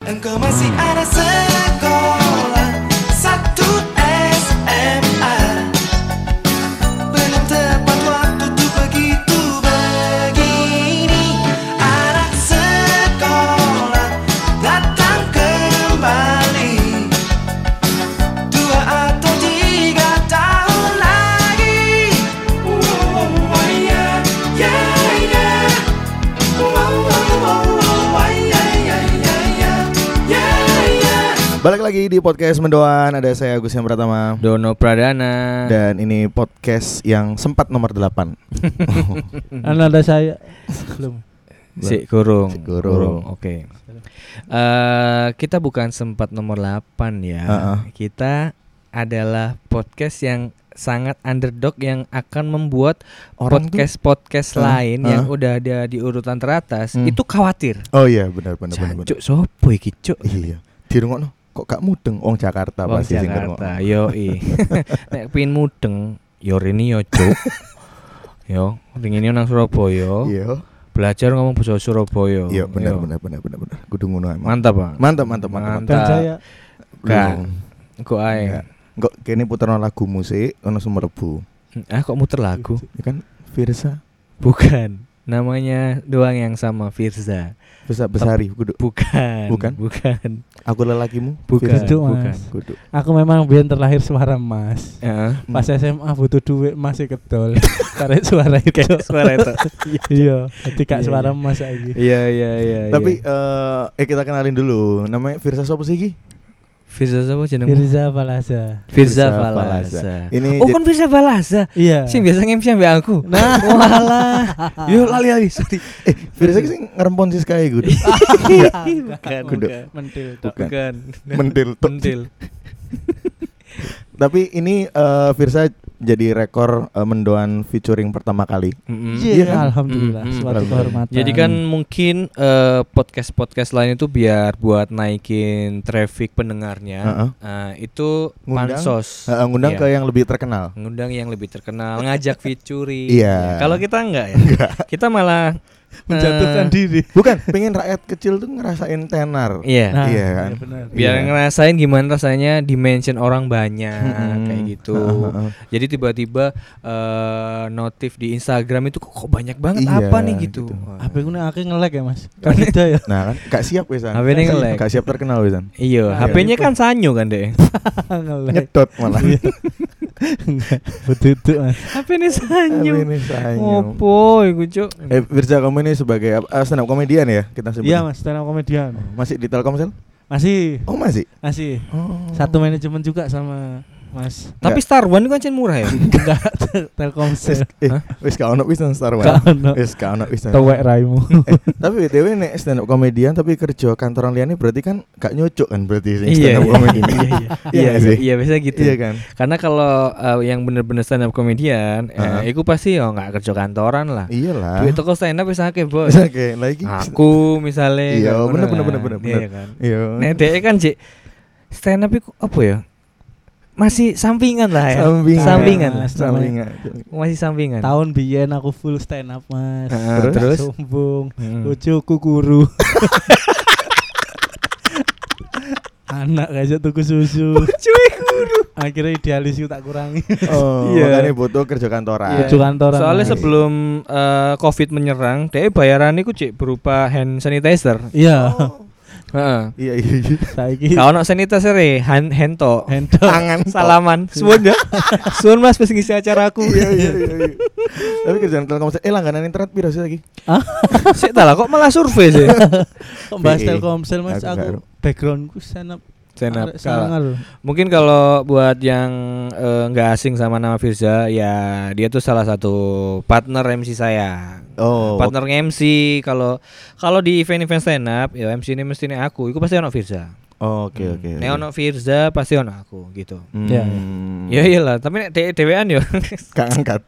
Engkau masih ada sekolah Satu SMA Belum tepat waktu tuh begitu begini Anak sekolah datang kembali Dua atau tiga tahun lagi Oh yeah, yeah, yeah Balik lagi di podcast Mendoan Ada saya Agus yang pertama Dono Pradana. Dan ini podcast yang sempat nomor 8 Kan ada saya belum. Si kurung. Si Kurung. Oke. Eh, kita bukan sempat nomor 8 ya. Heeh. Kita adalah podcast yang sangat underdog yang akan membuat podcast-podcast Heeh, lain yang heeh. udah ada di urutan teratas Hmm. itu khawatir. Oh iya benar benar benar benar. Cuk sopo iki cuk? Iya Dirungokno Kok gak mudeng Wong Jakarta Wong pasti sing Jakarta, yo i. Nek pin mudeng, yo rene yo cuk. yo, ringine nang Surabaya. ngrungokno. Iya Belajar ngomong bahasa Surabaya. Iya benar Yo. benar benar benar benar Kudu ngono emang Mantap, Pak. Mantap mantap mantap Kan. Eh. Dan Mantap. saya Gak. Belum. Kok ae. Enggak. Kok kene puterno lagu musik Ono sumberbu Ah kok muter lagu? Ya kan Firsa Bukan. Namanya doang yang sama Firza. Firsa Besari Kudu Bukan. Bukan? Bukan. Aku lelakimu Bukan. Firsa. Itu, Mas. bukan. Kudu aku memang biar terlahir suara emas. Heeh. Pas SMA butuh duit masih kedol. Karena suara itu. Suara itu. iya, ketika Iya, suara emas lagi. Iya iya iya. Tapi eh eh, kita kenalin dulu Namanya Firsa siapa sih Ki? Firza siapa jenengmu? Firza Palasa. Firza Firza Palasa. Palasa. Ini Oh j- kan Firza Palasa. Iya. Sing biasa ngemsi ambek aku. Nah, walah. Yo lali lali sorry. Eh Firsa ki sing ngerempon Siska ya Kudu Bukan. Kudu. Mentil. Tok. Bukan. Bukan. Mentil tok. Pentil. Tapi ini eh, Firsa jadi rekor eh, mendoan featuring pertama kali. Hmm. Iya, kan? Alhamdulillah, Mm-mm. suatu Alhamdulillah. kehormatan. Hmm, Jadi kan mungkin eh, podcast-podcast lain itu biar buat naikin traffic pendengarnya. Heeh. Eh, itu Ngundang. pansos. Eh, ngundang Iya. ke yang lebih terkenal. ngundang yang lebih terkenal, ngajak featuring. Iya. Kalau kita enggak ya. Kita malah eh, menjatuhkan diri. Bukan, pengen rakyat kecil tuh ngerasain tenar. Iya. Nah, iya kan? benar. Biar iya. ngerasain gimana rasanya dimension orang banyak Mm-mm. kayak gitu. Heeh, heeh. Jadi tiba-tiba eh, notif di Instagram itu kok, kok banyak banget Iya, apa nih gitu. gitu. Wah. HP ku nek ngelek ya, Mas. Kan beda ya. Nah kan, gak siap Wesan. HP ini Gak- nge-lag. Gak siap terkenal Wesan. Iya, Iya, HP-nya gitu. kan sanyo kan deh. ngelek. Nyedot malah. Iya. Enggak, betutu Mas. HP-nya Tapi sanyo. ini sayang. Opo iku cuk. Eh Firsa kamu ini sebagai apa- eh, stand up komedian ya kita sebut. Iya, Mas, stand up komedian. Masih di Telkomsel? Masih, Oh masih. masih. Oh. Satu manajemen juga sama Mas Tapi Star One itu kan cen murah ya. enggak Tel- Telkomsel. Eh, Hah? wis gak ono wis nang Star Wars. Gak ono. Wis gak ono wis nang- Tewek raimu. eh, tapi BTW nek stand up komedian tapi kerja kantoran liane berarti kan gak nyocok kan berarti sing stand up komedian. iya, Iya iya. Iya, sih. iya, iya, biasanya gitu. Iya kan? Karena kalau eh, yang bener-bener stand up komedian, Heeh. eh, itu pasti ya nggak kerja kantoran lah. Iyalah. Duit toko stand up bisa akeh, Bos. Bisa kayak lagi. Aku misalnya Iya, kayak bener, ngono bener, kan. bener, bener, Iya kan. Iya. Nek dhek kan Cik, stand up itu apa ya? Masih sampingan lah ya. Sampingan. Sampingan. Mas, Sampingan. Masih sampingan. Tahun biyen aku full stand up, Mas. Heeh, Gak terus? sombong. Hmm. Bojoku kuru. Anak aja tuku susu. Cuy guru. Akhirnya idealis tak kurangi. Oh, Iya. makanya butuh kerja kantoran. Iya. Bojo kantoran. Soalnya Mas. sebelum eh, Covid menyerang, dhek bayarannya ku Cik, berupa hand sanitizer. Iya. Oh. Heeh. Iya, iya, iya. Saiki Kalau no sanitizer eh, hand hand to. handok. Tangan Salaman. Suwun ya. Suwun Mas wis ngisi acara aku. Iya, iya, iya. iya. Tapi kerjaan Telkomsel eh langganan internet piro sih lagi? Sik ta lah kok malah survei sih. Bahas VE. Telkomsel Mas Aku aku backgroundku stand up. Senap. arek sangar. Mungkin kalau buat yang eh, nggak asing sama nama Firza, ya dia tuh salah satu partner MC saya. Oh. partner MC kalau kalau di event-event stand up, ya MC ini mesti nih aku. Itu pasti ono Firza. Hmm. oh, Oke, oke. Nek ono Firza pasti ono aku gitu. Hmm. Iya. Ya iyalah, tapi nek de- dewean yo Gak angkat.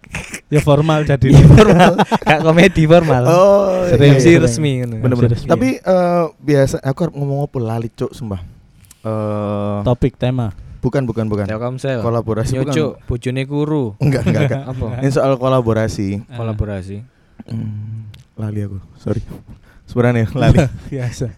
Ya formal jadi. formal, gak komedi formal. Iya. Oh, iya, MC iya. resmi kan ya? ngono. Bener-bener. Serius, Tapi eh, biasa aku harus ngomong apa lali cuk sumpah. Eh, Topik tema. bukan bukan bukan. Telkomsel. Kolaborasi bukan. Nyucuk, bojone guru. Enggak, enggak, enggak. Apa? Eh. Ini soal kolaborasi. Kolaborasi. Hmm, lali aku, sorry. Sebenarnya lali. biasa.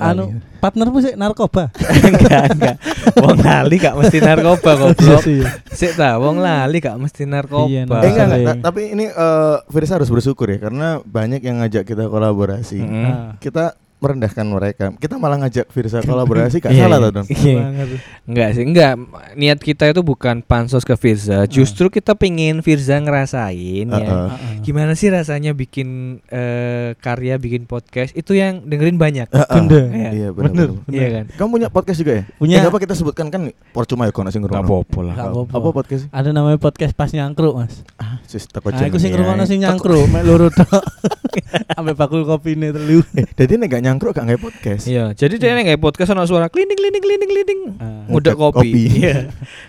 Anu partnermu sih narkoba. enggak, enggak. Wong lali gak mesti narkoba Iya goblok. sih. Sik ta, wong lali gak mesti Iya, narkoba. nah. Eh, enggak, enggak, Sering. ta- tapi ini eh, Firza harus bersyukur ya karena banyak yang ngajak kita kolaborasi. Mm-mm. Nah, Kita merendahkan mereka. Kita malah ngajak Firza kolaborasi gak Iya, salah iya. tuh, Don. Iya. banget. Enggak sih, enggak. Niat kita itu bukan pansos ke Eh. Firza, justru kita pengen Firza ngerasain ya. Heeh. Heeh. Gimana sih rasanya bikin eh, karya, bikin podcast itu yang dengerin banyak. Eh, Heeh. Bener. Iya, Bener. benar. Iya kan? Kamu punya podcast juga ya? Punya. Eh, nggak apa kita sebutkan kan percuma ya kono sing Enggak ngrungokno. apa-apa lah. Nggak apa-apa. Apa podcast Ada namanya podcast pas nyangkruk, Mas. Ah, sis teko Nah, jenenge. aku sing ngrungokno sing nyangkruk, mek loro tok. Ambe bakul kopine telu. Eh, jadi nek gak nyangkruk gak nge podcast. Iya, jadi dia kayak podcast ana suara klinik klinik klinik klinik. Ah. Ngedek Kopi. kopi. Iya.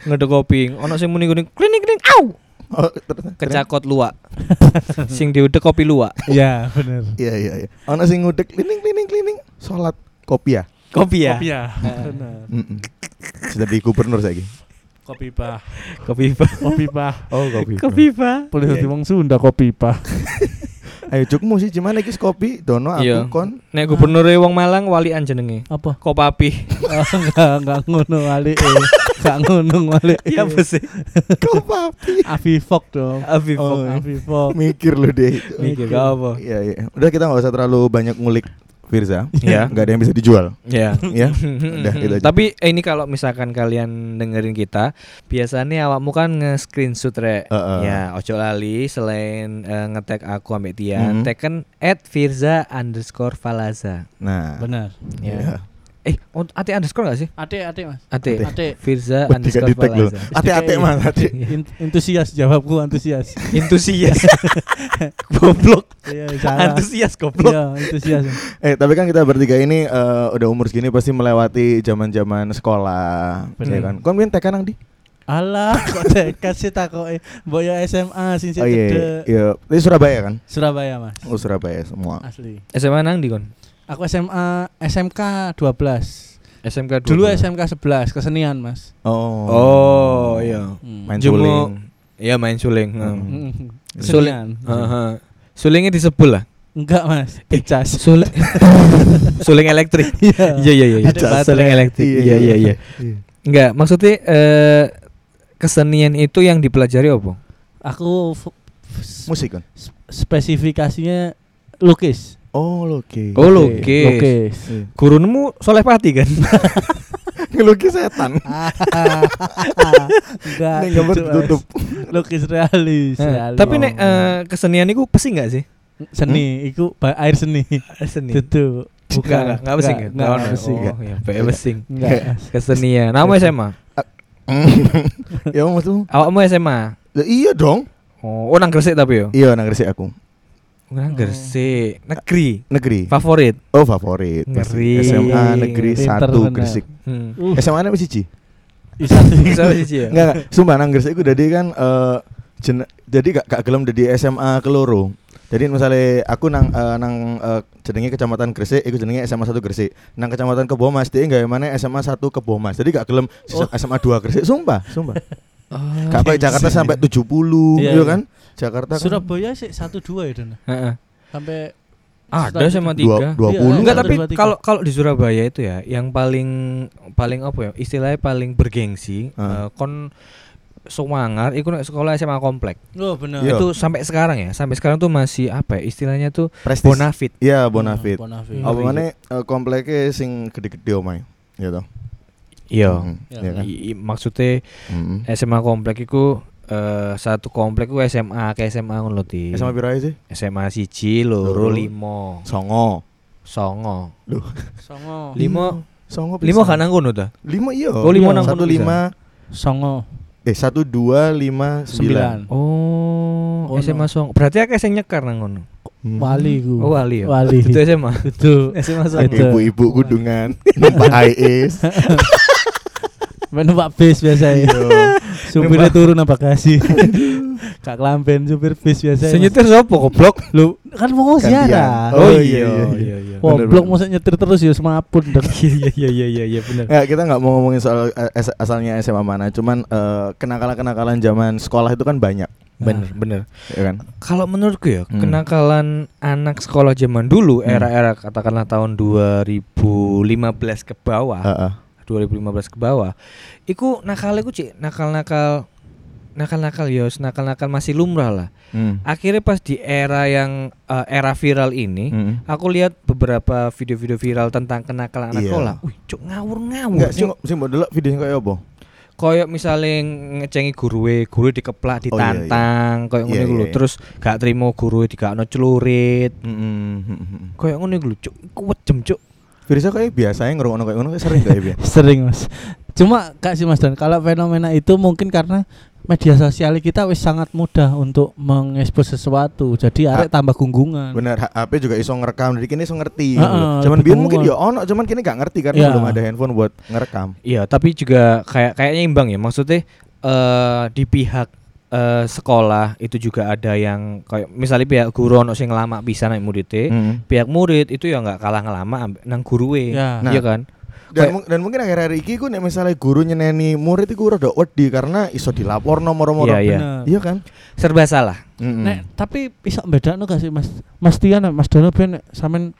Ngedek kopi. Ono sing muni klinik klinik. Au! Oh, terus Kecakot luwak. sing diudek kopi luwak. Iya, bener. Iya iya iya. Ono sing ngudek klining klining klining salat kopi ya. Kopi ya. Kopi ya. Bener. Heeh. Jadi gubernur saiki. Kopi pah. Kopi Pak. Kopi pah. Oh, kopi. Kopi Pak. Boleh Iya. dadi wong Sunda kopi pah. Ayo cukmu sih cuman iki kopi dono Iya. aku kon. Nek gubernur Wong Malang wali anjenenge. Apa? Kopapi. Oh, enggak, enggak ngono wali. eh. Enggak ngono wali. Iya besi. Kopi. Avivok dong. Abi Oh, iya. Avivok. Mikir lu deh. Mikir Oh. gak apa. Iya iya. Udah kita nggak usah terlalu banyak ngulik Firza. Iya. Nggak ada yang bisa dijual. Ya. Ya. Udah itu aja. Tapi eh, ini kalau misalkan kalian dengerin kita, biasanya awakmu kan nge-screenshot rek. Heeh. Ya, ojo lali selain eh, nge-tag aku ambek Mhm. Tian, tag kan @firza underscore falaza. Nah. Benar. Ya. Eh, oh, ate underscore gak sih? Adik, adik, Mas. Ate. Iya. Ate. Adik. Firza Wah, tiga underscore di-tag lu. falaza. Ate-ate mas, ate. In- Antusias Iya. jawabku antusias. Antusias. goblok. Iya, salah. Antusias goblok. Iya, antusias. Eh tapi kan kita bertiga ini eh, udah umur segini pasti melewati zaman-zaman sekolah, ya kan? Kau mungkin tekan nang di? Alah, kok dek kasih takoke mbok ya SMA sing sik Oh iya, cedek. iya. Di Surabaya kan? Surabaya, Mas. Oh Surabaya semua. Asli. SMA nang di kon? Aku SMA SMK 12. SMK 12. Dulu SMK 11 kesenian, Mas. Oh. Oh, iya. Hmm. Main Jumbo- suling. Iya main suling. heeh. Hmm. Mm. Suling. Kesenian. Uh-huh. Heeh. Sulingnya di sebul lah. Enggak, Mas. Iya. Dicas. Suling suling elektrik. Iya. Iya iya iya. Ada baterai. Suling elektrik. Iya iya iya. Enggak, maksudnya eh, kesenian itu yang dipelajari apa? Aku f- f- Musik kan? s- spesifikasinya lukis. Oh oke. Oh, Oke, lukis. Lukis. Gurunmu soleh pati kan? Ngelukis setan. Enggak. Ning gambar gitu, Mas. ditutup. Lukis realis. realis. Tapi nek eh, kesenian itu pesi enggak sih? seni iku ba- air seni. Seni. Tutu. Bukan enggak, enggak pesing. Enggak, ya? enggak, Oh, enggak pesing. Oh, ya, bae pesing. Enggak. Kesenian. Nama SMA. ya maksudmu? Awakmu SMA. Lah, iya dong. Oh, oh nang Gresik tapi yo. Oh, Iya nang Gresik aku. Nang Gresik. Hmm. Negeri. Negeri. Favorit. Oh favorit. Ngeri. SMA negeri Pinter 1 bener. Gresik. Hmm. Uh, SMA nya masih siji. bisa sih. Bisa siji ya? Enggak, enggak. Sumpah nang Gresik iku dadi kan eh jen- jadi gak, gak gelem dadi SMA keloro. Jadi misalnya aku nang eh, nang eh, jenenge kecamatan Gresik, iku jenenge SMA 1 Gresik. Nang kecamatan Kebomas dia gawe mana SMA 1 Kebomas. Jadi gak gelem sisa- SMA 2 Gresik. Sumpah, sumpah. Ah. gak kayak Jakarta sampai 70, Iya, iya iya. kan? Jakarta kan Surabaya sih 1-2 ya, Don. Heeh. Sampai Ada SMA dua- kan? 3. 20. Enggak Iya, tapi dua, tiga. kalau kalau di Surabaya itu ya yang paling paling apa ya istilahnya paling bergengsi Ah. eh, kon Semangar itu nek sekolah SMA komplek Oh, benar. Iya. itu sampai sekarang ya sampai sekarang tuh masih apa ya istilahnya tuh prestis. bonafit Iya, Bonafit. Bonafit. Hmm. Apa mana eh, kompleknya sing gede-gede omay. Ya toh. iya Eh, Mm, Iya. Iya kan? I- i- maksudnya Mm. SMA komplek itu eh, satu komplek itu SMA ke SMA ngono lho, Ti. SMA piro ae sih? SMA siji loro Loro. limo Songo. songo Oh. Songo. limo Iya. Songo. limo pisan. kan nang kono ta Lima iya. Oh, Iya. lima nang Satu kono lima. Songo Eh satu dua lima sembilan. 9. oh Kono. SMA songo berarti akeh sing nyekar nang kono Hmm. Wali ku. Oh wali ya. Wali. Itu SMA. Itu. SMA Ada Itu. Hmm. Ibu-ibu kudungan numpak E, AIS. Main numpak bis biasa Iya. ya. Supirnya turun apa bagasi. Kak Lamben supir bis biasa. ya, Sing nyetir sapa goblok? Mas. Lu kan mau Gantian. siara. Oh, iya, iya, iya. bener, Goblok bener. masa nyetir terus ya semapun. Dek. Iya iya iya iya iya bener. Ya, kita nggak mau ngomongin soal eh, as- asalnya SMA mana, cuman eh, kenakalan-kenakalan zaman sekolah itu kan banyak. Bener, bener. ya kan? Nah. Kalau menurutku ya, Hmm. kenakalan anak sekolah zaman dulu era-era katakanlah tahun 2015 ke bawah, Heeh. 2015 ke bawah, iku nakal iku cik, nakal-nakal nakal-nakal ya, nakal-nakal masih lumrah lah. Hmm. Akhirnya pas di era yang eh, era viral ini, Hmm. aku lihat beberapa video-video viral tentang kenakalan anak Iya. sekolah. Wih, cuk ngawur-ngawur. Enggak sih, cuk. sih mbok delok videonya kayak apa? koyok misalnya ngecengi gurue, guru Oh, iya, dikeplak, iya. ditantang, koyok Iya, ngono iku iya, lho. iya. Terus gak terima guru digakno celurit. hmm, Heeh. Koyok ngono iku lho, cuk. Iku wejem, cuk. Firza kayak biasanya ngerungokno kayak ngono kayak sering gak ya? Bi? Sering mas. Cuma kak sih mas dan kalau fenomena itu mungkin karena media sosial kita wis sangat mudah untuk mengekspos sesuatu. Jadi arek tambah Kan. gunggungan. Bener, ha- HP juga iso ngerekam, jadi kini iso ngerti. Heeh, ngono. Cuman lebih biyen mungkin tua. ya ono, cuman kini gak ngerti karena Ya. Iya. belum ada handphone buat ngerekam. Iya, tapi juga kayak kayaknya imbang ya. Maksudnya eh di pihak eh, sekolah itu juga ada yang kayak misalnya pihak guru ono sing lama bisa naik muridnya, Heeh. pihak murid itu ya nggak kalah ngelama ambek nang gurue. Ya. Iya Nah. kan? Dan, Kayak- mung- dan mungkin akhir-akhir iki ku nek misalnya guru nyeneni murid iku rada wedi karena iso dilapor nomor-nomor. Iya, iya. Bener. Iya kan? Serba salah. Mm-mm. Nek, tapi bisa beda gak sih mas? Mas Tian, Mas Dono ben nek sampean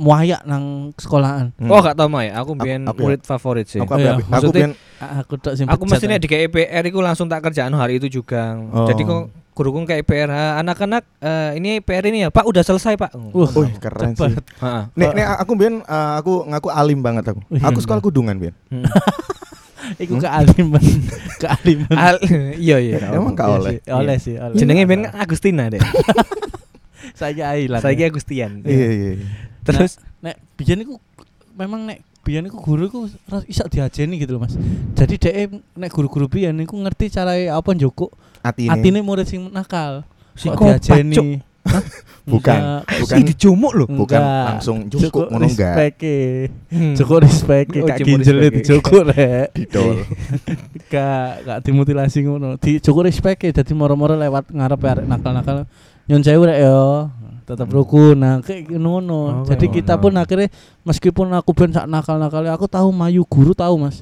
muayak nang sekolahan. Mm. Oh, gak tau mau ya. Aku Aku- biyen aku ya. murid favorit sih. Aku Iya. aku, aku Maksudnya- biyen Ah, Aku tak sing Aku pecat, mesti ah. nek di KIPR iku langsung tak kerjaan hari itu juga. Oh. Jadi kok guruku kayak IPR "Ha, anak-anak eh, ini IPR ini ya Pak udah selesai Pak. Wah, Wih, keren sih. cepet. Heeh. Nek, nek aku biyen eh, aku ngaku alim banget aku. Wih. Iya. Aku sekolah kudungan biyen. Hmm. Iku kealiman, kealiman. Al- iya iya. Ya, emang gak Iya oleh. sih, Oleh sih, oleh. Jenenge ben Agustina deh. saya hilang. Saiki Agustian. Iya iya. iya. Terus nek biyen iku memang nek biyen iku guru iku ras- iso diajeni gitu loh Mas. Jadi dhek e nek guru-guru biyen iku ngerti cara e apa njukuk Atine. atine murid sing nakal. Kok Psikopat, Cuk. Hah? Bukan. Enggak. Bukan Ih, dijumuk loh. bukan Enggak. langsung cukup ngono enggak. Hmm. respect-e. Nah, Cukup e. respect Oh, kak cukup ginjel e. respect-e. dicukur rek. Didol. Kak, kak dimutilasi ngono. Dicukur respect dadi moro-moro lewat ngarep arek nakal-nakal. Nyun sewu rek yo. Tetep rukun. Nah, kayak Hmm. Oh, ngono. Jadi kayak kita ngono. pun akhirnya meskipun aku ben sak nakal-nakalnya aku tahu mayu guru tahu Mas.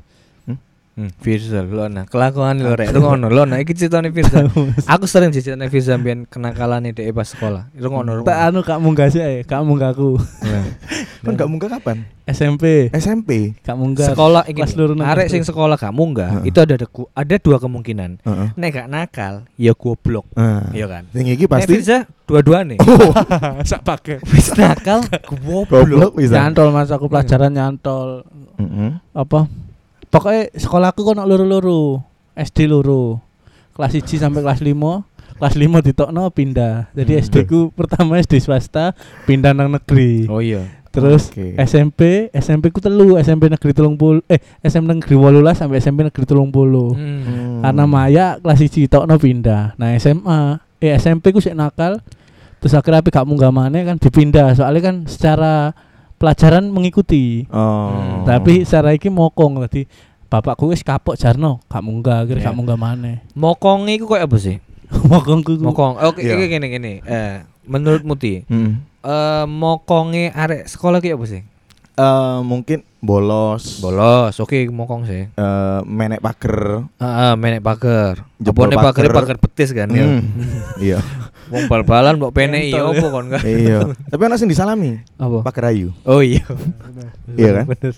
Hmm, Firza lo nah kelakuan lo rek rungono lo nah iki ceritane Firza. Aku sering ceritane Firza biyen kenakalane dhek pas sekolah. Rungono Tak rungono. anu kak munggah sih, eh. kak munggah aku Nah. Kan gak munggah kapan? SMP, SMP. kak munggah. Sekolah iki. Kelas loro nang Arek itu. sing sekolah kamu enggak? Heeh. Itu ada ada dua kemungkinan. Heeh. Nek gak nakal, ya goblok. Nah. Iya kan? Yang iki pasti Pasti Oh. Firza dua-duane. sak pakai. Wis nakal, goblok. goblok bisa. Nyantol mas, aku pelajaran nyantol Heeh. apa? Pokoknya sekolahku kok nak luru-luru, SD luru, kelas 1 sampai kelas 5 kelas 5 ditokno pindah. Jadi Hmm. SD ku pertama SD swasta, pindah nang negeri. Oh iya. Terus Oke. SMP, SMP ku telu, SMP negeri telung puluh, eh SMP negeri wolulas sampai SMP negeri telung puluh. Hmm. karena Mm. Maya kelas 1 tokno pindah. Nah, SMA, eh SMP ku sik nakal. Terus akhirnya api gak munggah maneh kan dipindah. Soalnya kan secara pelajaran mengikuti. Oh. Tapi secara iki mokong tadi bapakku wis kapok jarno, gak munggah akhirnya Iya. gak munggah maneh. Mokong iku kayak apa sih? Mokongku. ku. Mokong. Oke, Iya. iki gini gini. Eh, menurutmu Ti, Heeh. eh mokonge arek sekolah kayak apa sih? Eh, mungkin bolos. Mm. Bolos. Oke, mokong sih. Eh, menek pager. Heeh, menek pager. Jebol Jebone pager pager. pager betis kan ya. Hmm. Iya. Wong bal-balan mbok penek ya Entol, opo kon kan? Iya. Tapi ana sing disalami, Apa? pager ayu. Oh iya. Iya kan? Bener.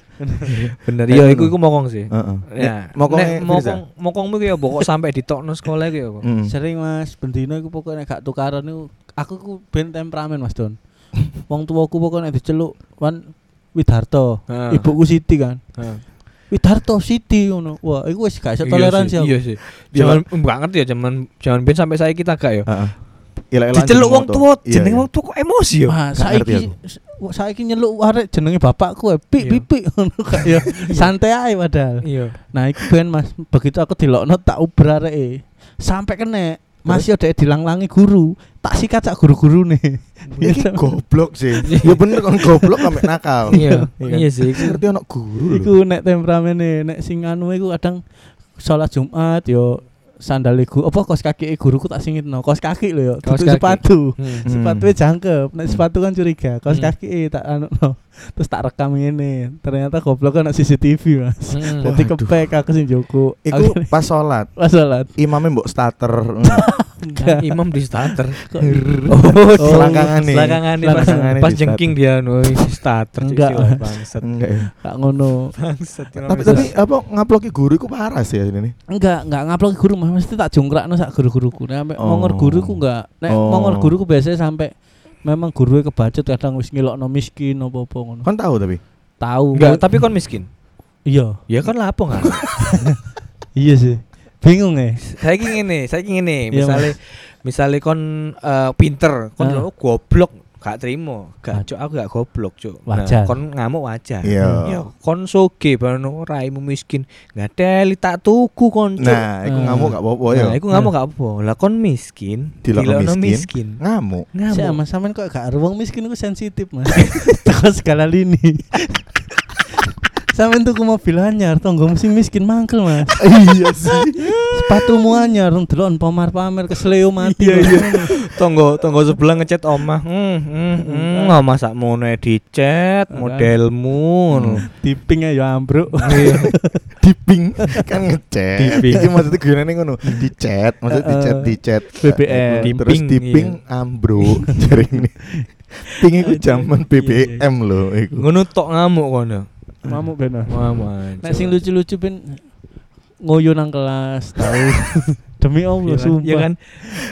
Bener. Iya, iku iku mokong sih. Heeh. Nek, Ya, mokongnya nek Firza? mokong mokongmu ki apa kok sampai ditokno sekolah ki apa? Mm. Hmm. Sering Mas, bendina iku pokoknya gak tukaran iku aku ku ben temperamen Mas Don. Wong tuaku pokoknya diceluk wan Widarto, Ah. ibuku Siti kan. Heeh. Widarto Siti ngono. Wah, iku wis gak iso Iya toleransi sih, aku. Iya sih. Jangan enggak ngerti ya zaman zaman ben sampai saya kita gak ya. Heeh. Ilah-ilah Diceluk anjing wong motor. tua, Iya, jeneng iya. wong tua kok emosi ya. Wah, gak ngerti saiki saiki nyeluk arek jenenge bapakku, eh, pik Iya. pik pik ngono kak ya. Santai ae padahal. Iya. Nah, iku ben Mas, begitu aku dilokno tak ubra arek e. Sampai kene masih ada dilanglangi guru, tak sikat sak guru-guru nih. Iki goblok sih. Ya bener kon goblok sampe nakal. Iya. kan? Iya sih. Sing ngerti ana guru lho. Iku nek temperamene, nek sing anu iku kadang sholat Jumat yo sandal iku apa kaos kaki e guruku tak singitno, kaos kaki lho yo, Kaos kaki. tutup sepatu. e Hmm. Hmm. Sepatu jangkep, nek sepatu kan curiga, kaos Hmm. kaki tak anu no. terus tak rekam ini ternyata goblok kan CCTV mas Hmm. jadi Waduh. kepek aku sih Joko Iku pas sholat pas sholat imamnya mbok starter Kan imam di starter. oh, Oh, selangkangan nih Belakangan nih pas, Belakangan nih pas di jengking dia nulis starter cuci Enggak. lah, bangsat. Enggak ya. gak ngono Bangsat. Tapi tapi apa ngaploki guru iku parah sih ya ini. enggak enggak ngupload ke guru mas mesti tak jongkrakno sak guru-guruku nek ampe Oh. mongor guruku enggak nek Oh. mongor guruku biasanya sampai memang gurunya kebacut kadang wis ngelokno miskin apa-apa ngono Kon Kan tahu tapi. tahu Enggak, tapi kon miskin. iya Ya kan lapo nggak? iya sih bingung ya saya ingin nih, saya ingin nih. Iya, Misalnya, misalnya kon eh, pinter, kon Ah. dulu goblok, gak terima, Ah. gak cuk aku gak goblok cuk. Nah, Wajar. kon ngamuk wajar. Iya. Ya, kon soge barno raimu miskin, gak deli tak tuku kon cuk. Nah, iku Hmm. ngamuk gak apa-apa ya. nah, aku ngamuk gak apa. Lah kon miskin, Dilokno dilokno miskin. miskin. Ngamuk. Saya Ngamuk. mas sampean kok gak ruang miskin aku sensitif mas. Teko segala lini. sampean tuku mobil anyar, tonggo mesti miskin mangkel mas. Iya sih. Sepatumu anyar, rong delon pamer-pamer kesleo mati. Iya, Mas. iya. Tonggo tonggo sebelah ngechat omah. Hmm, hmm, hmm. Omah sak mono dicet modelmu. Tipingnya ya ambruk. Diping kan ngechat. Diping. Iki maksudnya gunane ngono. Dicet, maksudnya dicet, Eh, dicet. BBM. Terus Diping, iya. diping ambruk jare ini. Ping iku zaman Iya, BBM loh iku. Ngono tok ngamuk kono. Mamuk bener. Ngamuk. aja. Nek sing lucu-lucu ben ngoyo nang kelas tahu. Demi Iya Allah kan? sumpah. Iya kan?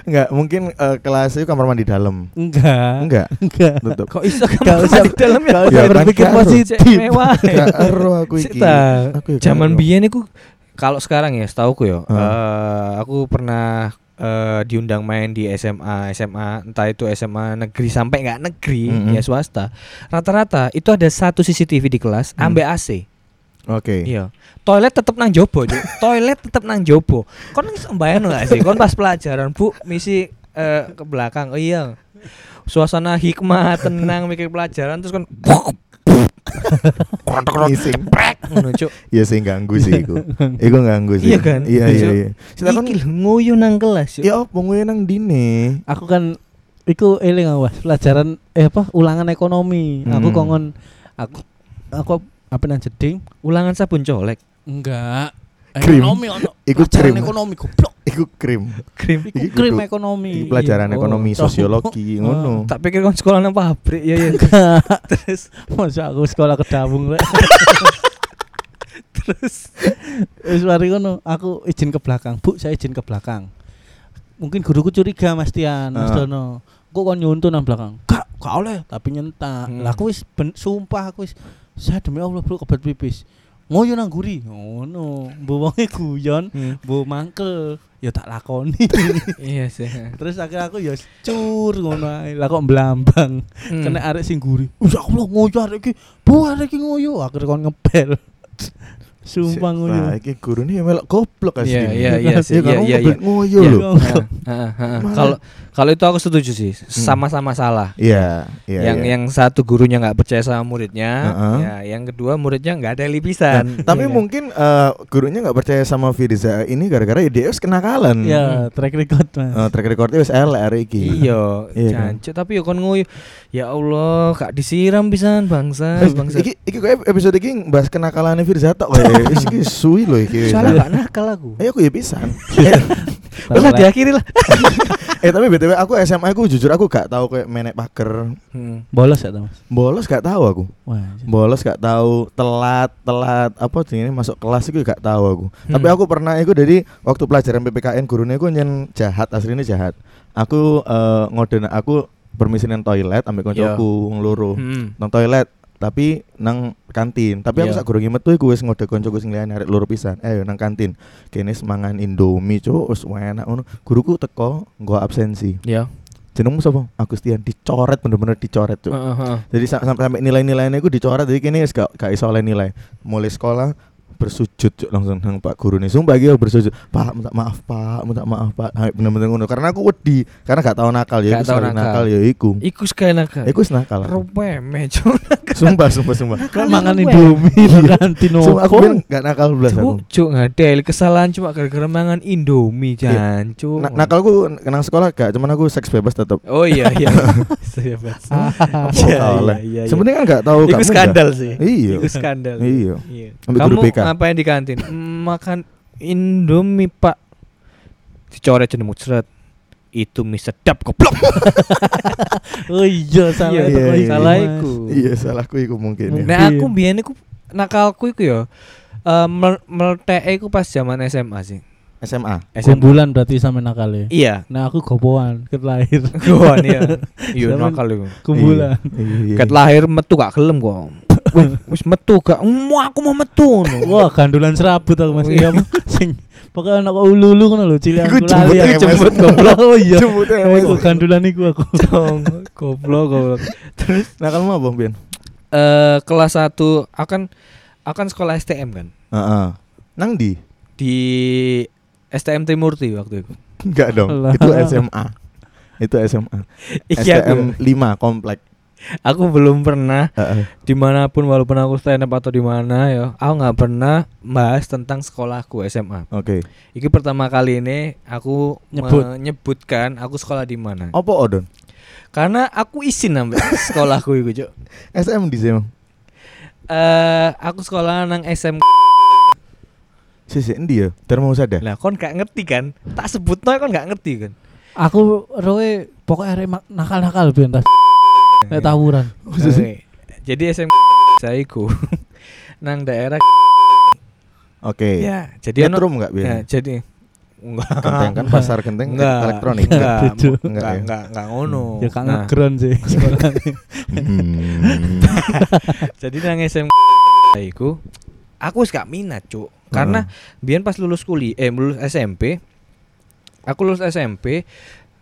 Enggak, mungkin eh, kelas itu kamar mandi dalam. Enggak. Enggak, Enggak. tutup. Kok iso Gak kamu usah- di dalam ya? Gak usah Ya, kan berpikir karo. positif. Cek mewah. Gak ero aku iki. Seta, Aku Ah. ya gak Zaman ero. biyen iku kalau sekarang ya, setauku ya. Heeh. eh, aku pernah eh, diundang main di SMA, SMA entah itu SMA negeri sampai nggak negeri Mm-mm. ya swasta. Rata-rata itu ada satu CCTV di kelas, Mm. ambek AC. Oke. Iya. Toilet tetep nang jopo, Cuk. Toilet tetep nang jopo. Kon iso mbayangno gak sih? Kon pas pelajaran, Bu, misi eh, ke belakang. Oh iya. Suasana hikmah, tenang mikir pelajaran terus kon Ngising. ngono, Cuk. Iya sih ganggu sih iku. Iku ganggu sih. Iya kan? Iya iya iya. Kita kan Iki lho, nguyu nang kelas, Cuk. ya opo ngono nang dine. aku kan iku eling awas pelajaran eh apa ulangan ekonomi aku Hmm. kongon aku aku apa nang jeding Ulangan sabun colek. enggak Krim. ono Iku Pelajaran krim. ekonomi goblok Iku krim. Krim. iku Iki krim kudu- Iki ekonomi pelajaran Iya, oh. ekonomi Tahu. sosiologi ngono. Tak pikir kon sekolah nang pabrik ya ya. Terus masa aku sekolah ke Dabung rek terus wis mari ngono aku izin ke belakang Bu saya izin ke belakang mungkin guruku curiga Mas Tian Mas Ah. Dono kok kon nyuntun nang belakang gak gak oleh tapi nyentak Hmm. lah aku wis ben- sumpah aku wis saya demi Allah bro kebet pipis ngoyo nang guri ngono mbok wonge guyon mbok mangkel ya tak lakoni Hmm. iya sih. terus akhirnya aku ya cur ngono ae lah kok melambang Hmm. kena arek sing guri ya Allah ngoyo arek iki bu arek iki ngoyo akhirnya kon ngepel sumpah ngoyo Lah iki gurune ya melok goblok asli. Iya, iya, iya sih, Ya kan iya, goblok iya, iya. ngoyo Iya, lho. Kong. Heeh, heeh, heeh. Kalau kalau itu aku setuju sih, sama-sama salah. Iya, iya. yang iya. yang satu gurunya nggak percaya sama muridnya, Heeh. ya, yang kedua muridnya nggak ada Nah, lipisan. tapi Iya. mungkin eh, gurunya nggak percaya sama Firza ini gara-gara ya dia wis kenakalan. ya track record mas Eh, track recordnya wis LR iki. Iya, Iya kan? jancuk. tapi ya kon nguyu. Ya Allah, gak disiram pisan bangsa, Eh, bangsa. Iki iki kok episode iki bahas kenakalannya Firza tok kowe. Wis iki suwi lho iki. Soalnya gak nakal aku. Ayo aku ya pisan. Wes lah, diakhiri lah. eh tapi btw aku SMA aku jujur aku gak tahu kayak menek pager Hmm. bolos ya mas bolos gak tahu aku wah bolos gak tahu telat telat apa ini masuk kelas itu gak tahu aku Hmm. tapi aku pernah aku dari waktu pelajaran PPKN gurunya aku nyen jahat aslinya jahat aku eh, ngode aku permisi nang toilet ambil koncoku wong loro Iya. Hmm. nang toilet tapi nang kantin tapi aku Iya. sak gurungi metu iku wis ngode koncoku sing liyane arek loro pisan eh nang kantin kene semangan Indomie cuk wis enak ngono guruku teko nggo absensi Ya. jenengmu siapa? Agustian dicoret bener-bener dicoret tuh. Oh. Heeh, heeh. Jadi sa- sampai sampai nilai-nilainya itu dicoret jadi kini wis gak, gak iso oleh nilai. Mulai sekolah bersujud cuk langsung nang Pak Guru nih. Sumpah iki aku bersujud. Pak, minta maaf Pak, minta maaf Pak. Ha, Bener-bener ngono karena aku wedi, karena gak tau nakal ya, Gak iku tau sekali nakal. Iya. nakal ya iku. Iku sekali naga. Iku wis nakal. aku. Rupeme cuk. Sumpah, sumpah, sumpah. Kan mangan Indomie di kantin Iya. Sumpah aku kan aku. gak nakal belas aku. Cuk, cuk ngadel kesalahan cuma gara-gara mangan Indomie Iya. jan, cuk. Na- nakalku kenang sekolah gak, cuman aku seks bebas tetep. Oh iya iya. Saya bahas. Iya, Oleh. iya, iya. Sebenarnya kan gak tahu Iku kamu skandal sih. nggak- Iya. Iku skandal. Iya. Iya. Ambil guru Kamu BK. ngapain di kantin? "Mm, Makan Indomie, Pak. Dicoret jeneng mucret. Itu mie sedap goblok. Oh iya salah Iya, itu. iya. salah Mas. iku. Iya, salahku iku mungkin ya. Nah, aku Iya. biyen iku nakalku iku ya. eh mel- meleteke iku pas zaman SMA sih. SMA. Kumpulan berarti sama nakal ya. Iya. Nah aku gopoan ket lahir. Goan ya. Iya Zaman- nakal iku. Kumpulan. Iya, iya, Ket lahir metu gak gelem kok. Wih, Wis metu gak. Mau aku mau metu. no. Wah gandulan serabut aku mas. Iya Mas. sing pokoknya anak ulu-ulu kan lho cilik Iku aku jembut lali. ya, Mas. aku Jembut goblok. Oh iya. Jembut ya, Mas. Iku gandulan iku aku. Dong, goblok goblok. Nakalmu apa, Bian? eh kelas 1 akan akan sekolah STM kan Heeh. Nang di? di STM Trimurti waktu itu. Enggak dong. Lah. Itu SMA. Itu SMA. Iya, Iki aku, STM 5 komplek. aku belum pernah Heeh. dimanapun walaupun aku stand up atau di mana ya, aku nggak pernah bahas tentang sekolahku SMA. Oke. Iki pertama kali ini aku Nyebut. menyebutkan aku sekolah di mana. Apa Odon? Karena aku izin sampai sekolahku iku, Cuk. SM di sini. Eh, aku sekolah nang SMK. Sisi endi ya? Darma Usada. Lah kon gak ngerti kan? Tak sebut no kon gak ngerti kan? Aku roe pokoknya arek mak- nakal-nakal ben tas. Nek tawuran. Sisi- Oke. Eh, Jadi SMK saya iku nang daerah Oke. ya. Jadi ono Metrum enggak, ya, Bian? jadi enggak Genteng kan pasar genteng Enggak. elektronik. Enggak, Gitu. enggak, Beda. enggak, ya? enggak, enggak ngono. Ya kan Nah, ngegron sih. Hmm. jadi nang SMK saya iku aku wis gak minat, Cuk. Karena biyen pas lulus kuliah eh lulus SMP aku lulus SMP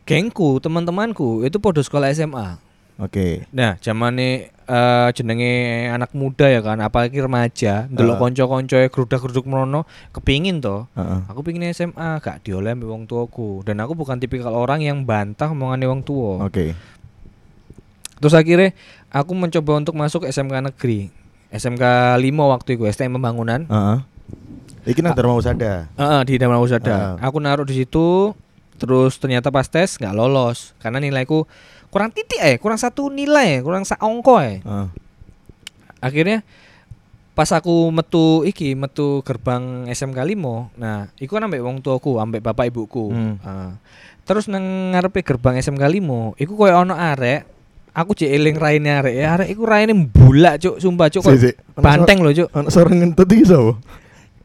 gengku, teman-temanku itu podo sekolah SMA. Oke. Nah, zamane eh jenenge anak muda ya kan, apalagi remaja, ndelok Heeh. kanca-kancae grudak-gruduk merono kepingin to. Heeh. Aku pingin SMA, gak dioleh mbek wong tuaku. Dan aku bukan tipikal orang yang bantah omongane wong tua. Oke. Terus akhirnya aku mencoba untuk masuk SMK negeri. SMK 5 waktu itu STM pembangunan. Heeh. Iki Ah. nang ya? Darma Usada. Heeh, di Dharma Husada. Heeh. Aku naruh di situ, terus ternyata pas tes nggak lolos karena nilaiku kurang titik eh, kurang satu nilai, kurang sak angka eh. Heeh. akhirnya pas aku metu iki metu gerbang SMK Limo nah iku kan ambek wong tuaku ambek bapak ibuku Hmm. Ah. terus nang ngarepe gerbang SMK Limo iku koyo ono arek aku jek eling raine arek ya arek iku raine mbulak cuk sumpah cuk koyo Sisi. banteng lho cuk Anak seorang ngentut iki sapa?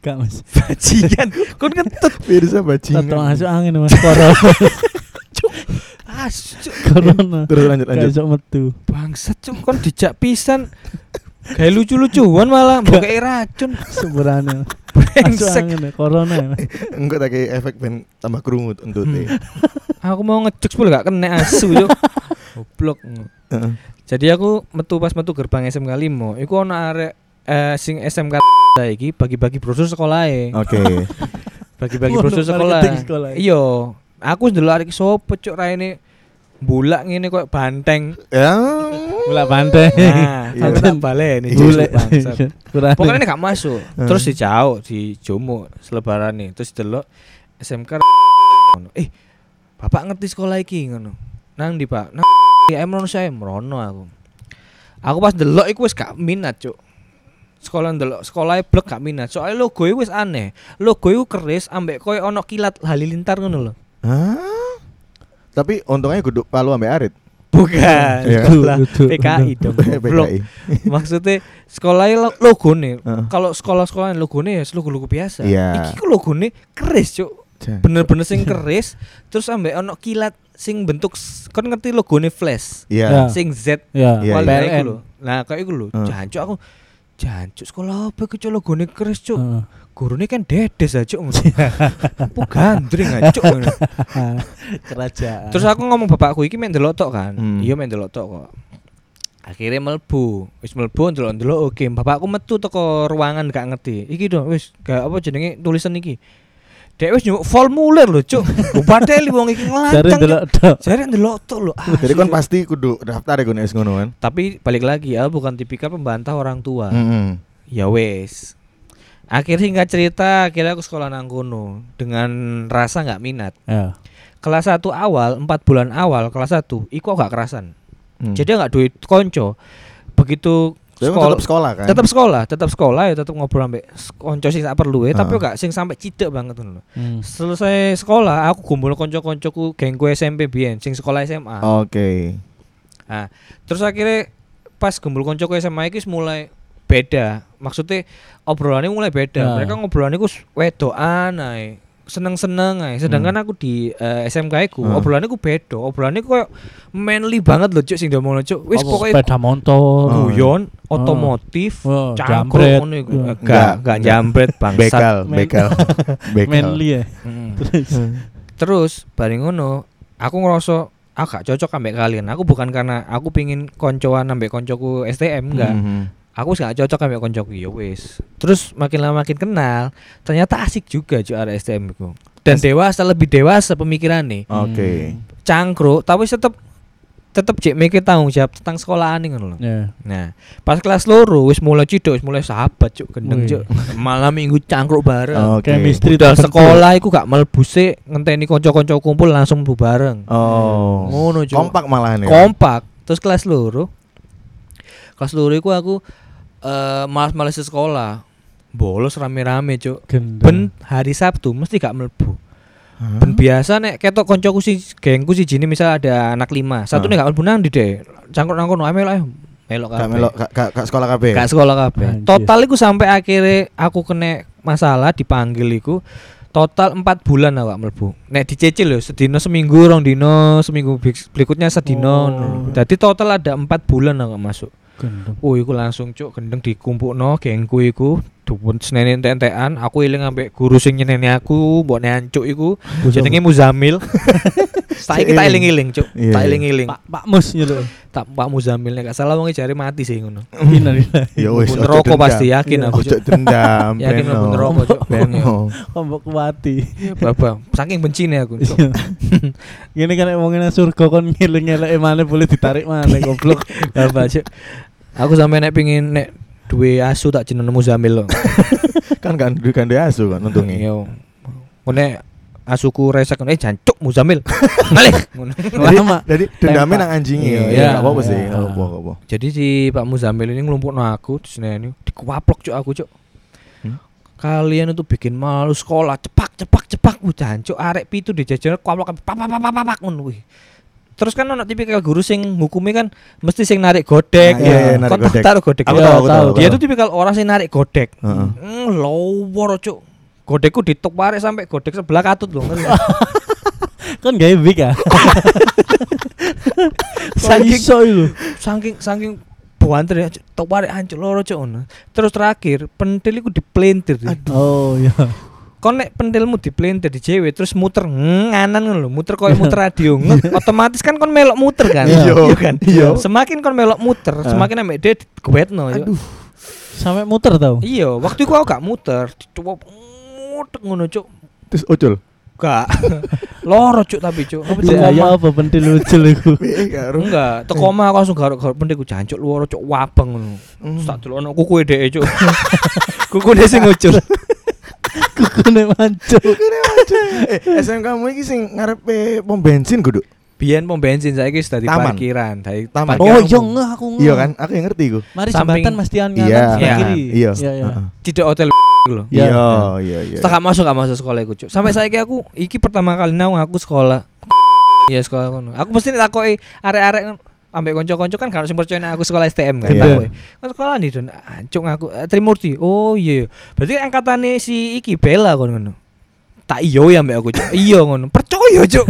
Gak Mas. bajingan kon ngentut Pirsa Tetep bajingan. masuk angin Mas corona. ah cuk Corona. Terus lanjut Gak lanjut. iso metu. bangsat cuk kon dijak pisan kayak lucu-lucuan malah mbok kayak racun Seberane. Masuk brengsek angin ya, corona. ya, Mas. Enggak tak kayak efek ben tambah kerungut entute. aku mau ngecek sepuluh gak kena asu cuk goblok Heeh. Jadi aku metu pas metu gerbang SMK Limo, iku ono arek eh, sing SMK iki bagi-bagi brosur sekolahe. Oke. Bagi-bagi Ngono, brosur marketing sekolah. sekolah. Iya, aku wis ndelok arek iki sopo cuk raine bulak ngene koyo banteng. Ya. Bola pantai. Nah, Iya. aku kan tak baleni cuk, Boleh. bangsat. Kurang. Pokoknya ini gak masuk. Hmm. Terus dijauh, dijomo selebaran nih. Terus delok SMK ngono. Eh, Bapak ngerti sekolah iki ngono. Nang di Pak. Nang ya emrono saya merono aku. Aku pas delok iku wis gak minat, Cuk. Sekolah delok sekolahnya blek gak minat. Soalnya logo iku wis aneh. Logo iku keris ambek koyo ono kilat halilintar ngono lho. Hah? Tapi untungnya guduk palu ambek arit. Bukan. Iya. Sekolah Duduk, PKI dong. goblok. PKI. Maksudnya sekolahnya lo- logo nih. Heeh. Kalau sekolah-sekolah yang logone ya logo-logo biasa. Iya. Eh. Iki ku logone keris, Cuk. Cah. Bener-bener sing keris terus sampe ono kilat sing bentuk s- kon ngerti logone flash. Iya. Sing Z Ya. Iya, wali iya. iku lho. Nah, kayak iku lho. Heeh. Jancuk aku jancuk sekolah apa iki Cuk logone keris, Cuk. Heeh. Gurune kan dedes aja, Cuk. Apa gandring aja, Cuk. Kerajaan. Terus aku ngomong bapakku iki main delok tok kan. Hmm. Iya main delok tok kok. akhirnya melbu wis melbu ndelok-ndelok oke bapakku metu teko ruangan gak ngerti iki dong wis gak apa jenenge tulisan iki Dek wis nyuk formulir lho cuk Bupateli wong iki Dari ngelancang delok tok. Jare ndelok tok lho ah, Jadi kan sudah. pasti kudu daftar ya gue ngono kan. Tapi balik lagi ya bukan tipikal pembantah orang tua Mm-mm. Ya wes Akhirnya singkat cerita akhirnya aku sekolah nang kono dengan rasa nggak minat. Ya. Kelas 1 awal, 4 bulan awal kelas 1, iku aku gak kerasan. Hmm. Jadi nggak duit konco. Begitu Tapi emang sekolah tetap sekolah kan. tetap sekolah, tetap sekolah ya tetap ngobrol ambek s- konco sing tak perlu ya, tapi Heeh. gak sing sampai cidek banget ngono. Hmm. lho. Hmm. Selesai sekolah aku gumpul konco-koncoku gengku SMP biyen sing sekolah SMA. Oh. Oke. Nah, terus akhirnya pas gembul koncoku SMA iki wis mulai beda. Maksudnya obrolannya mulai beda. Ah. Nah. Mereka ngobrolannya ku wedoan ae. Seneng-seneng ae. Sedangkan aku di eh, SMK ku Hmm. obrolannya ku beda. Obrolannya ku kayak manly banget loh cuk sing diomongno cuk. Wis pokoknya sepeda motor. Oh. guyon, otomotif, Oh, cangkruk jambret. ngono iku. Hmm. Enggak, enggak jambret, bangsat. Bekal, Men- bekal, bekal. Manly ya. Mm. Terus. Terus bareng ngono, aku ngerasa aku gak cocok ambek kalian. Aku bukan karena aku pingin koncoan ambek koncoku STM enggak. Mhm. aku sih gak cocok ambek koncoku ya wis. Terus makin lama makin kenal, ternyata asik juga cuy arek STM iku. Dan dewasa lebih dewasa pemikirannya. Oke. Hmm. Cangkruk tapi tetep tetep cek mikir tanggung jawab tentang sekolahan ini ngono lho. Ya. Nah, pas kelas loro wis mulai cidok, wis mulai sahabat cuk gendeng Wih. cuk. Malam minggu cangkruk bareng. Oke. Chemistry Udah terbentuk. sekolah iku gak mlebu sik ngenteni kanca-kanca kumpul langsung mlebu bareng. Oh. Ngono, Cuk. Kompak malahan ya. kompak terus kelas loro kelas loro iku aku eh malas-malas di sekolah bolos rame-rame cuk Gendeng. ben hari Sabtu mesti gak mlebu Hah? ben biasa nek ketok koncoku si gengku si jini misal ada anak lima satu Heeh. nih gak mlebu nang ndi deh cangkruk nang kono ayo melok ayo melok Kak kabeh. melok kak, kak, kak sekolah KB. Gak sekolah kabeh. Anjir. Total iku sampai akhirnya aku kena masalah dipanggil iku total 4 bulan awak mlebu. Nek dicicil lho sedina seminggu, rong dino, seminggu bik- berikutnya sedina. Oh. ngono. Jadi total ada 4 bulan awak masuk. Gendeng. Oh iku langsung cuk gendeng dikumpukno gengku iku dupun senene entek-entekan aku eling ambek guru sing nyeneni aku mbok ancuk iku jenenge Muzamil saiki tak eling-eling cuk Iya, tak iya. eling-eling Pak Pak Mus gitu. tak Pak Muzamil nek gak salah wong jare mati sih ngono Ya wis. ojo Pun rokok dendam. Iya, pasti yakin aku Ojo cuk dendam. Yakin Beno. lah bener rokok, Cuk. Beno. Kompok kuati. Baba, saking bencinya aku. Cuk. Iya. Gini kan emangnya surga kon ngeleng-ngeleng mana boleh ditarik mana goblok. Baba, Cuk. Aku sampe nek pingin nek duwe asu tak jeneng Muzamil. Kan kan duwe kan dia asu kan untungnya. Yo. Ngene asuku resek eh jancuk Muzamil. Malih. Ngono. Lama. Jadi dendamnya Tempat. nang anjingnya. Iya, Ya iya. gak apa-apa sih. Iya. Gak apa-apa. gak apa-apa. Jadi si Pak Muzamil ini ngelumpukno aku terus ini dikuaplok cuk aku cuk. Hmm? Kalian itu bikin malu sekolah cepak cepak cepak uh jancuk arek pitu dijajar kuaplok pak pak pak pak pak ngono kuwi. Terus kan ono tipikal guru sing hukumnya kan mesti sing narik godek Nah, iya, iya, Kon narik tak godek. taruh godek. Aku Ya, tahu, aku tahu. tahu. Dia tuh tipikal orang sih narik godek. Heeh. Mm, lower cuk. Godekku ditumpare sampai godek sebelah katut loh. Ngeri. Kan gak big ya. Saking- Saking soy lu. saking saking buanter ya Cuk. tumpare hancur loro cuk. ngono. Terus terakhir pentil iku diplentir. Oh ya. Kon nek pentilmu diplentir di JW terus muter mm, nganan ngono lho, muter koyo muter radio. Nge- otomatis kan kon melok muter kan. Iya. kan? Iya. Semakin kon melok muter, Ah. semakin ambek dia digowetno. ya. Sampai muter tau. Iya, waktu itu aku gak muter, dicoba muter ngono cuk. Terus oh, ucul. Gak. Loro cuk tapi cuk. Iya, Tapi Cek teko omah. ayam apa pentil lucu lu. Piye gak ru. Enggak, teko omah aku langsung garuk-garuk pendek ku jancuk loro cuk wabeng ngono. Hmm. Terus tak delokno kuku e dhek cuk. Kukune sing ngucul. Kukune mancuk. Kira aja. Eh, SMK kamu iki sing ngarepe pom bensin kudu. Biyen pom bensin saiki wis dadi Taman. parkiran, dari Taman. parkiran Oh umum. iya ngeh aku Hmm. ngeh. Iya kan? Aku yang ngerti iku. Mari Samping- jembatan mesti an Iya. nganan Iya. sebelah kiri. Iya. iya. Heeh. Tidak hotel lho. Iya. Iya, iya, iya. Setelah gak masuk gak masuk sekolah iku cuk. Sampai saiki aku iki pertama kali nang aku sekolah. Iya sekolah kono. Aku mesti takoki arek-arek ambek kanca-kanca kan gak sing percaya nek aku sekolah STM kan Iya. takoki. Kan sekolah ndi Don? Ancung aku eh, Trimurti. Oh iya. Berarti angkatane si iki Bella kon ngono. Tak iyo ya mbak aku cuk. Iya ngono. Percaya cuk.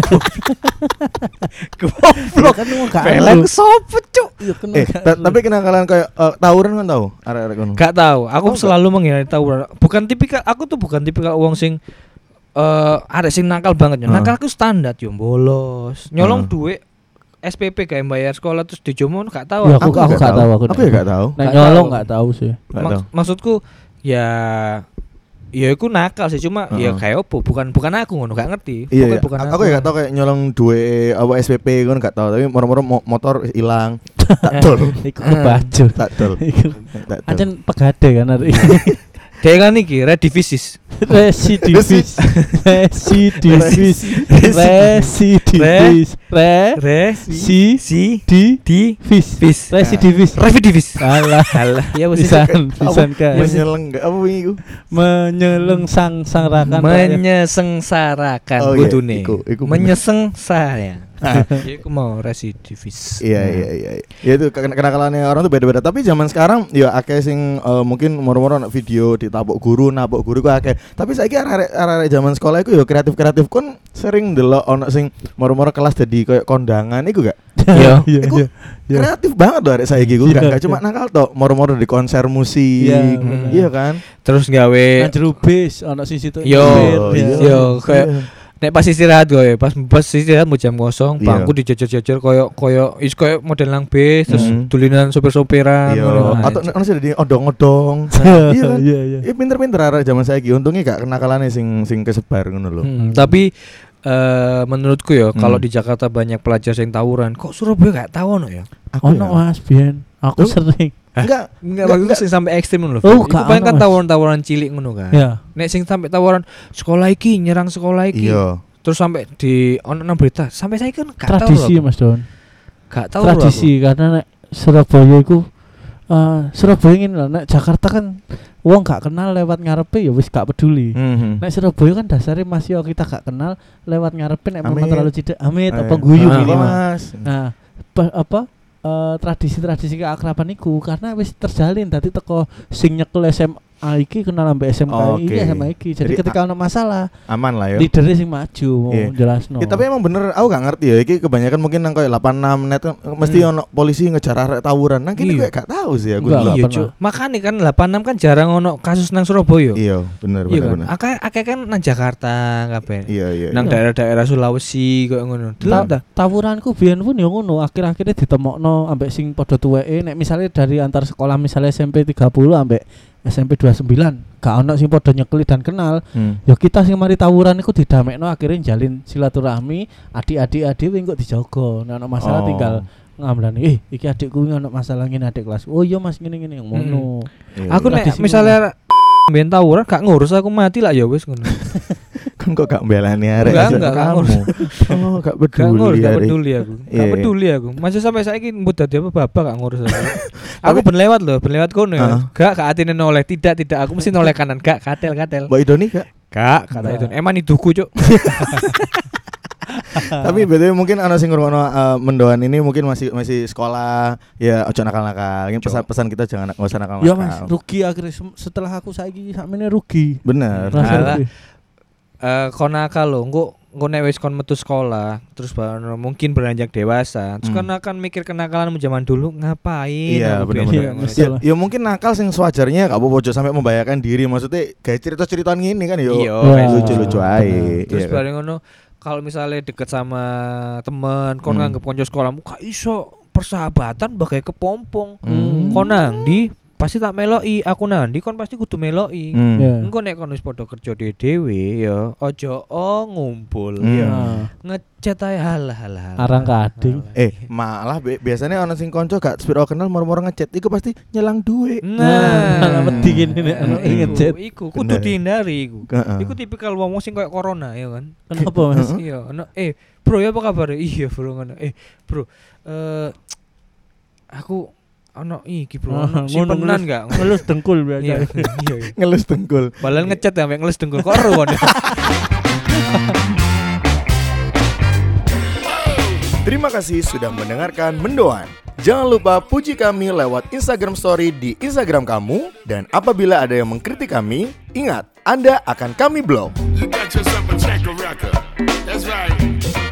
Goblok. Kan lu gak Bella anu. ku sopo cuk? Iya kena Eh, gak ta- anu. tapi kenakalan kayak eh, tawuran kan tahu arek-arek kono. Gak tahu. Aku Tau gak? selalu menghindari tawuran. Bukan tipikal aku tuh bukan tipikal wong sing eh arek sing nakal banget. ya. Heeh. Nakal aku standar yo bolos. Nyolong Heeh. Iya, duit SPP gak bayar sekolah terus dijomo gak tahu. Ya, aku. aku aku gak tahu aku. Aku ya gak tahu. Nek Gak nyolong tahu. gak tahu sih. Gak Mak- tahu. maksudku ya ya aku nakal sih cuma Heeh. ya kayak opo bukan bukan aku ngono gak ngerti. Iya, iya. Pokoknya A- aku ya gak tahu kayak nyolong duwe eh, apa SPP kan gak tahu, tapi moro-moro mo- motor hilang. Tak dol, Iku kebajul. tak dol. Iku Tak dol. ancen pegade kan hari ini. Dia kan iki redivisis. Residivis. Residivis. Residivis. Residivis. Re si di Vis. Residivis. residivis. Alah. Alah, ya wis Pisan, pisan kan. Menyeleng gak apa ini iku? Menyeleng sang sangrakan. menyesengsarakan Oh, iya, kudune. iku- iku bener. Ah. Menyesengsara. Ya aku mau residivis. Nah. Iya iya iya. iya. Ya itu ken- kenakalannya orang tuh beda-beda. Tapi zaman sekarang ya akeh sing eh, mungkin moro-moro anak video ditabok guru, nabok guru ku akeh. Tapi saiki arek-arek arek-arek zaman sekolah iku ya kreatif-kreatif kon sering delok ono sing moro-moro kelas jadi kayak kondangan iku gak? Iya. Iya, Iku iya. Kreatif banget loh arek saiki iku Iya, gak, gak iya. cuma nakal tok, moro-moro di konser musik. Iya, Iya, bener. kan? Terus gawe Anjrubis ono sing situ. Yo, Iya. yo. kayak- nek pas istirahat gue pas pas istirahat mau jam kosong Iya. bangku dijojor-jojor koyo koyo is koyo model nang bis terus Mm. dulinan sopir-sopiran Iya, ngono. atau ono sing jadi odong-odong. Iya kan? Iya iya. Iya pinter-pinter arek zaman saiki. Untungnya gak kenakalannya sing sing kesebar ngono lho. Mm, tapi eh, menurutku ya kalau Mm. di Jakarta banyak pelajar yang tawuran kok Surabaya gak tahu no ya Aku Ono ya- Mas Bian. Aku Lu- sering. enggak Enggak, Nggak, maksudnya sing sampai ekstrim ngono lho. Oh, Iku gak paling ono, kan Mas. tawuran-tawuran cilik ngono kan. Ya. Nek sing sampai tawuran sekolah iki nyerang sekolah iki. Iya. Terus sampai di ono nang berita. Sampai saya kan gak tahu loh Tradisi aku. Mas Don. Gak tahu loh aku. tradisi karena nek Surabaya iku eh, Surabaya ini lah nek Jakarta kan wong gak kenal lewat ngarepe ya wis gak peduli. Mhm. Nek Surabaya kan dasarnya masih oh, kita gak kenal lewat ngarepe nek memang Amit. terlalu cedek amit apa Eh, guyu ah, minimal. Mas. Nah, pe- apa eh, tradisi-tradisi keakraban iku karena wis terjalin tadi teko sing nyekel SMA iki kenal ambek SMK iki Oke. SMA iki. Jadi, Jadi, ketika ono masalah, Aman lah ya. leadernya sing maju mau Iya. jelasno. Ya, tapi emang bener aku gak ngerti ya iki kebanyakan mungkin nang koyo 86 net kan, mesti Hmm. ono polisi ngejar arek tawuran. Nang kene Iya. kayak gak tahu sih aku. Enggak dulu. lah. Iya, pernah. Cuk. Makane kan 86 kan jarang ono kasus nang Surabaya. Iya, bener Iya bener kan. bener. Akeh akeh kan nang Jakarta kabeh. Iya iya. Nang iya. daerah-daerah Sulawesi koyo ngono. Delok Ta- tawuranku biyen pun ya ngono, akhir-akhirnya ditemokno ambek sing padha tuweke nek misalnya dari antar sekolah misalnya SMP 30 ambek SMP 29 gak ono sing padha nyekeli dan kenal. Hmm. Ya kita sing mari tawuran iku didamekno akhirnya jalin silaturahmi, adik-adik adik engko dijogo. Nek ono masalah Oh. tinggal ngamblani, "Eh, iki adikku iki ono masalah ngene adik kelas." "Oh iya Mas ngene-ngene yang ngono." Iya, Aku iya. nek Tradisi misalnya ben tawuran gak ngurus aku mati lah ya wis ngono. kan kok gak belani arek Enggak, aja enggak, gak kamu. Oh, gak Gak peduli ngurus, gak arek. peduli aku. Iya, Gak iya. peduli aku. Masa sampai saiki mbut dadi apa babak gak ngurus aku. aku Tapi- ben lewat loh, ben lewat kono Heeh. ya. Gak gak atine noleh, tidak tidak aku mesti noleh kanan, gak katel katel. Mbak Idoni gak? Gak kata itu. Emang iduku, Cuk. Ah. Tapi btw mungkin ana sing ngrungokno eh, mendoan ini mungkin masih masih sekolah ya ojo nakal-nakal. Ini pesan-pesan kita jangan nak- nggak usah nakal-nakal. Ya Mas, rugi akhirnya Sem- setelah aku saiki sakmene rugi. Bener. Nah, Rasa Alah. rugi. Eh kon nakal lho, engko engko nek wis kon metu sekolah, terus baru mungkin beranjak dewasa, terus Hmm. kan akan mikir kenakalanmu zaman dulu ngapain? Iya aku benar-benar. Iya, ben- mesti Ya, lah. ya mungkin nakal sing sewajarnya gak apa-apa ojo sampai membahayakan diri maksudnya kayak cerita-ceritaan gini kan yo. Iya, Wah. wes. Lucu-lucu ae. Terus iya kan? bareng ngono kalau misalnya deket sama temen, kon Hmm. nganggep konco sekolahmu gak iso persahabatan bagai kepompong. Hmm. Kon nandi pasti tak meloi, aku nandi kon pasti kudu meloi. Hmm. Ya. Engko nek kon wis padha kerja dhewe ya ojo o ngumpul. Hmm. Ya. Nah, Ngecet ae halah halah. halah, Arang kading. halah. Eh malah bi- biasanya orang sing konco gak spiro kenal moro-moro ngechat iku pasti nyelang Hmm. duit. Nah, Nah, wedi gini nek ono sing iku- ngechat. Iku kudu Bener. Ah. dihindari iku. Heeh. Iku tipikal wong sing koyo corona ya kan. Kenapa Mas? Iya, no, eh bro ya apa kabar? Iya bro ngono. Eh bro, eh aku ono iki bro, ono Ah, ngono, simpenan ngelus. gak? ngelus dengkul Iya, biasa. iya. iya. Ngelus tengkul. Balan ngecat ya, sampe ngeles dengkul kok ero ngono. Terima kasih sudah mendengarkan Mendoan. Jangan lupa puji kami lewat Instagram Story di Instagram kamu dan apabila ada yang mengkritik kami, ingat Anda akan kami blok. You got yourself a checker record. That's right.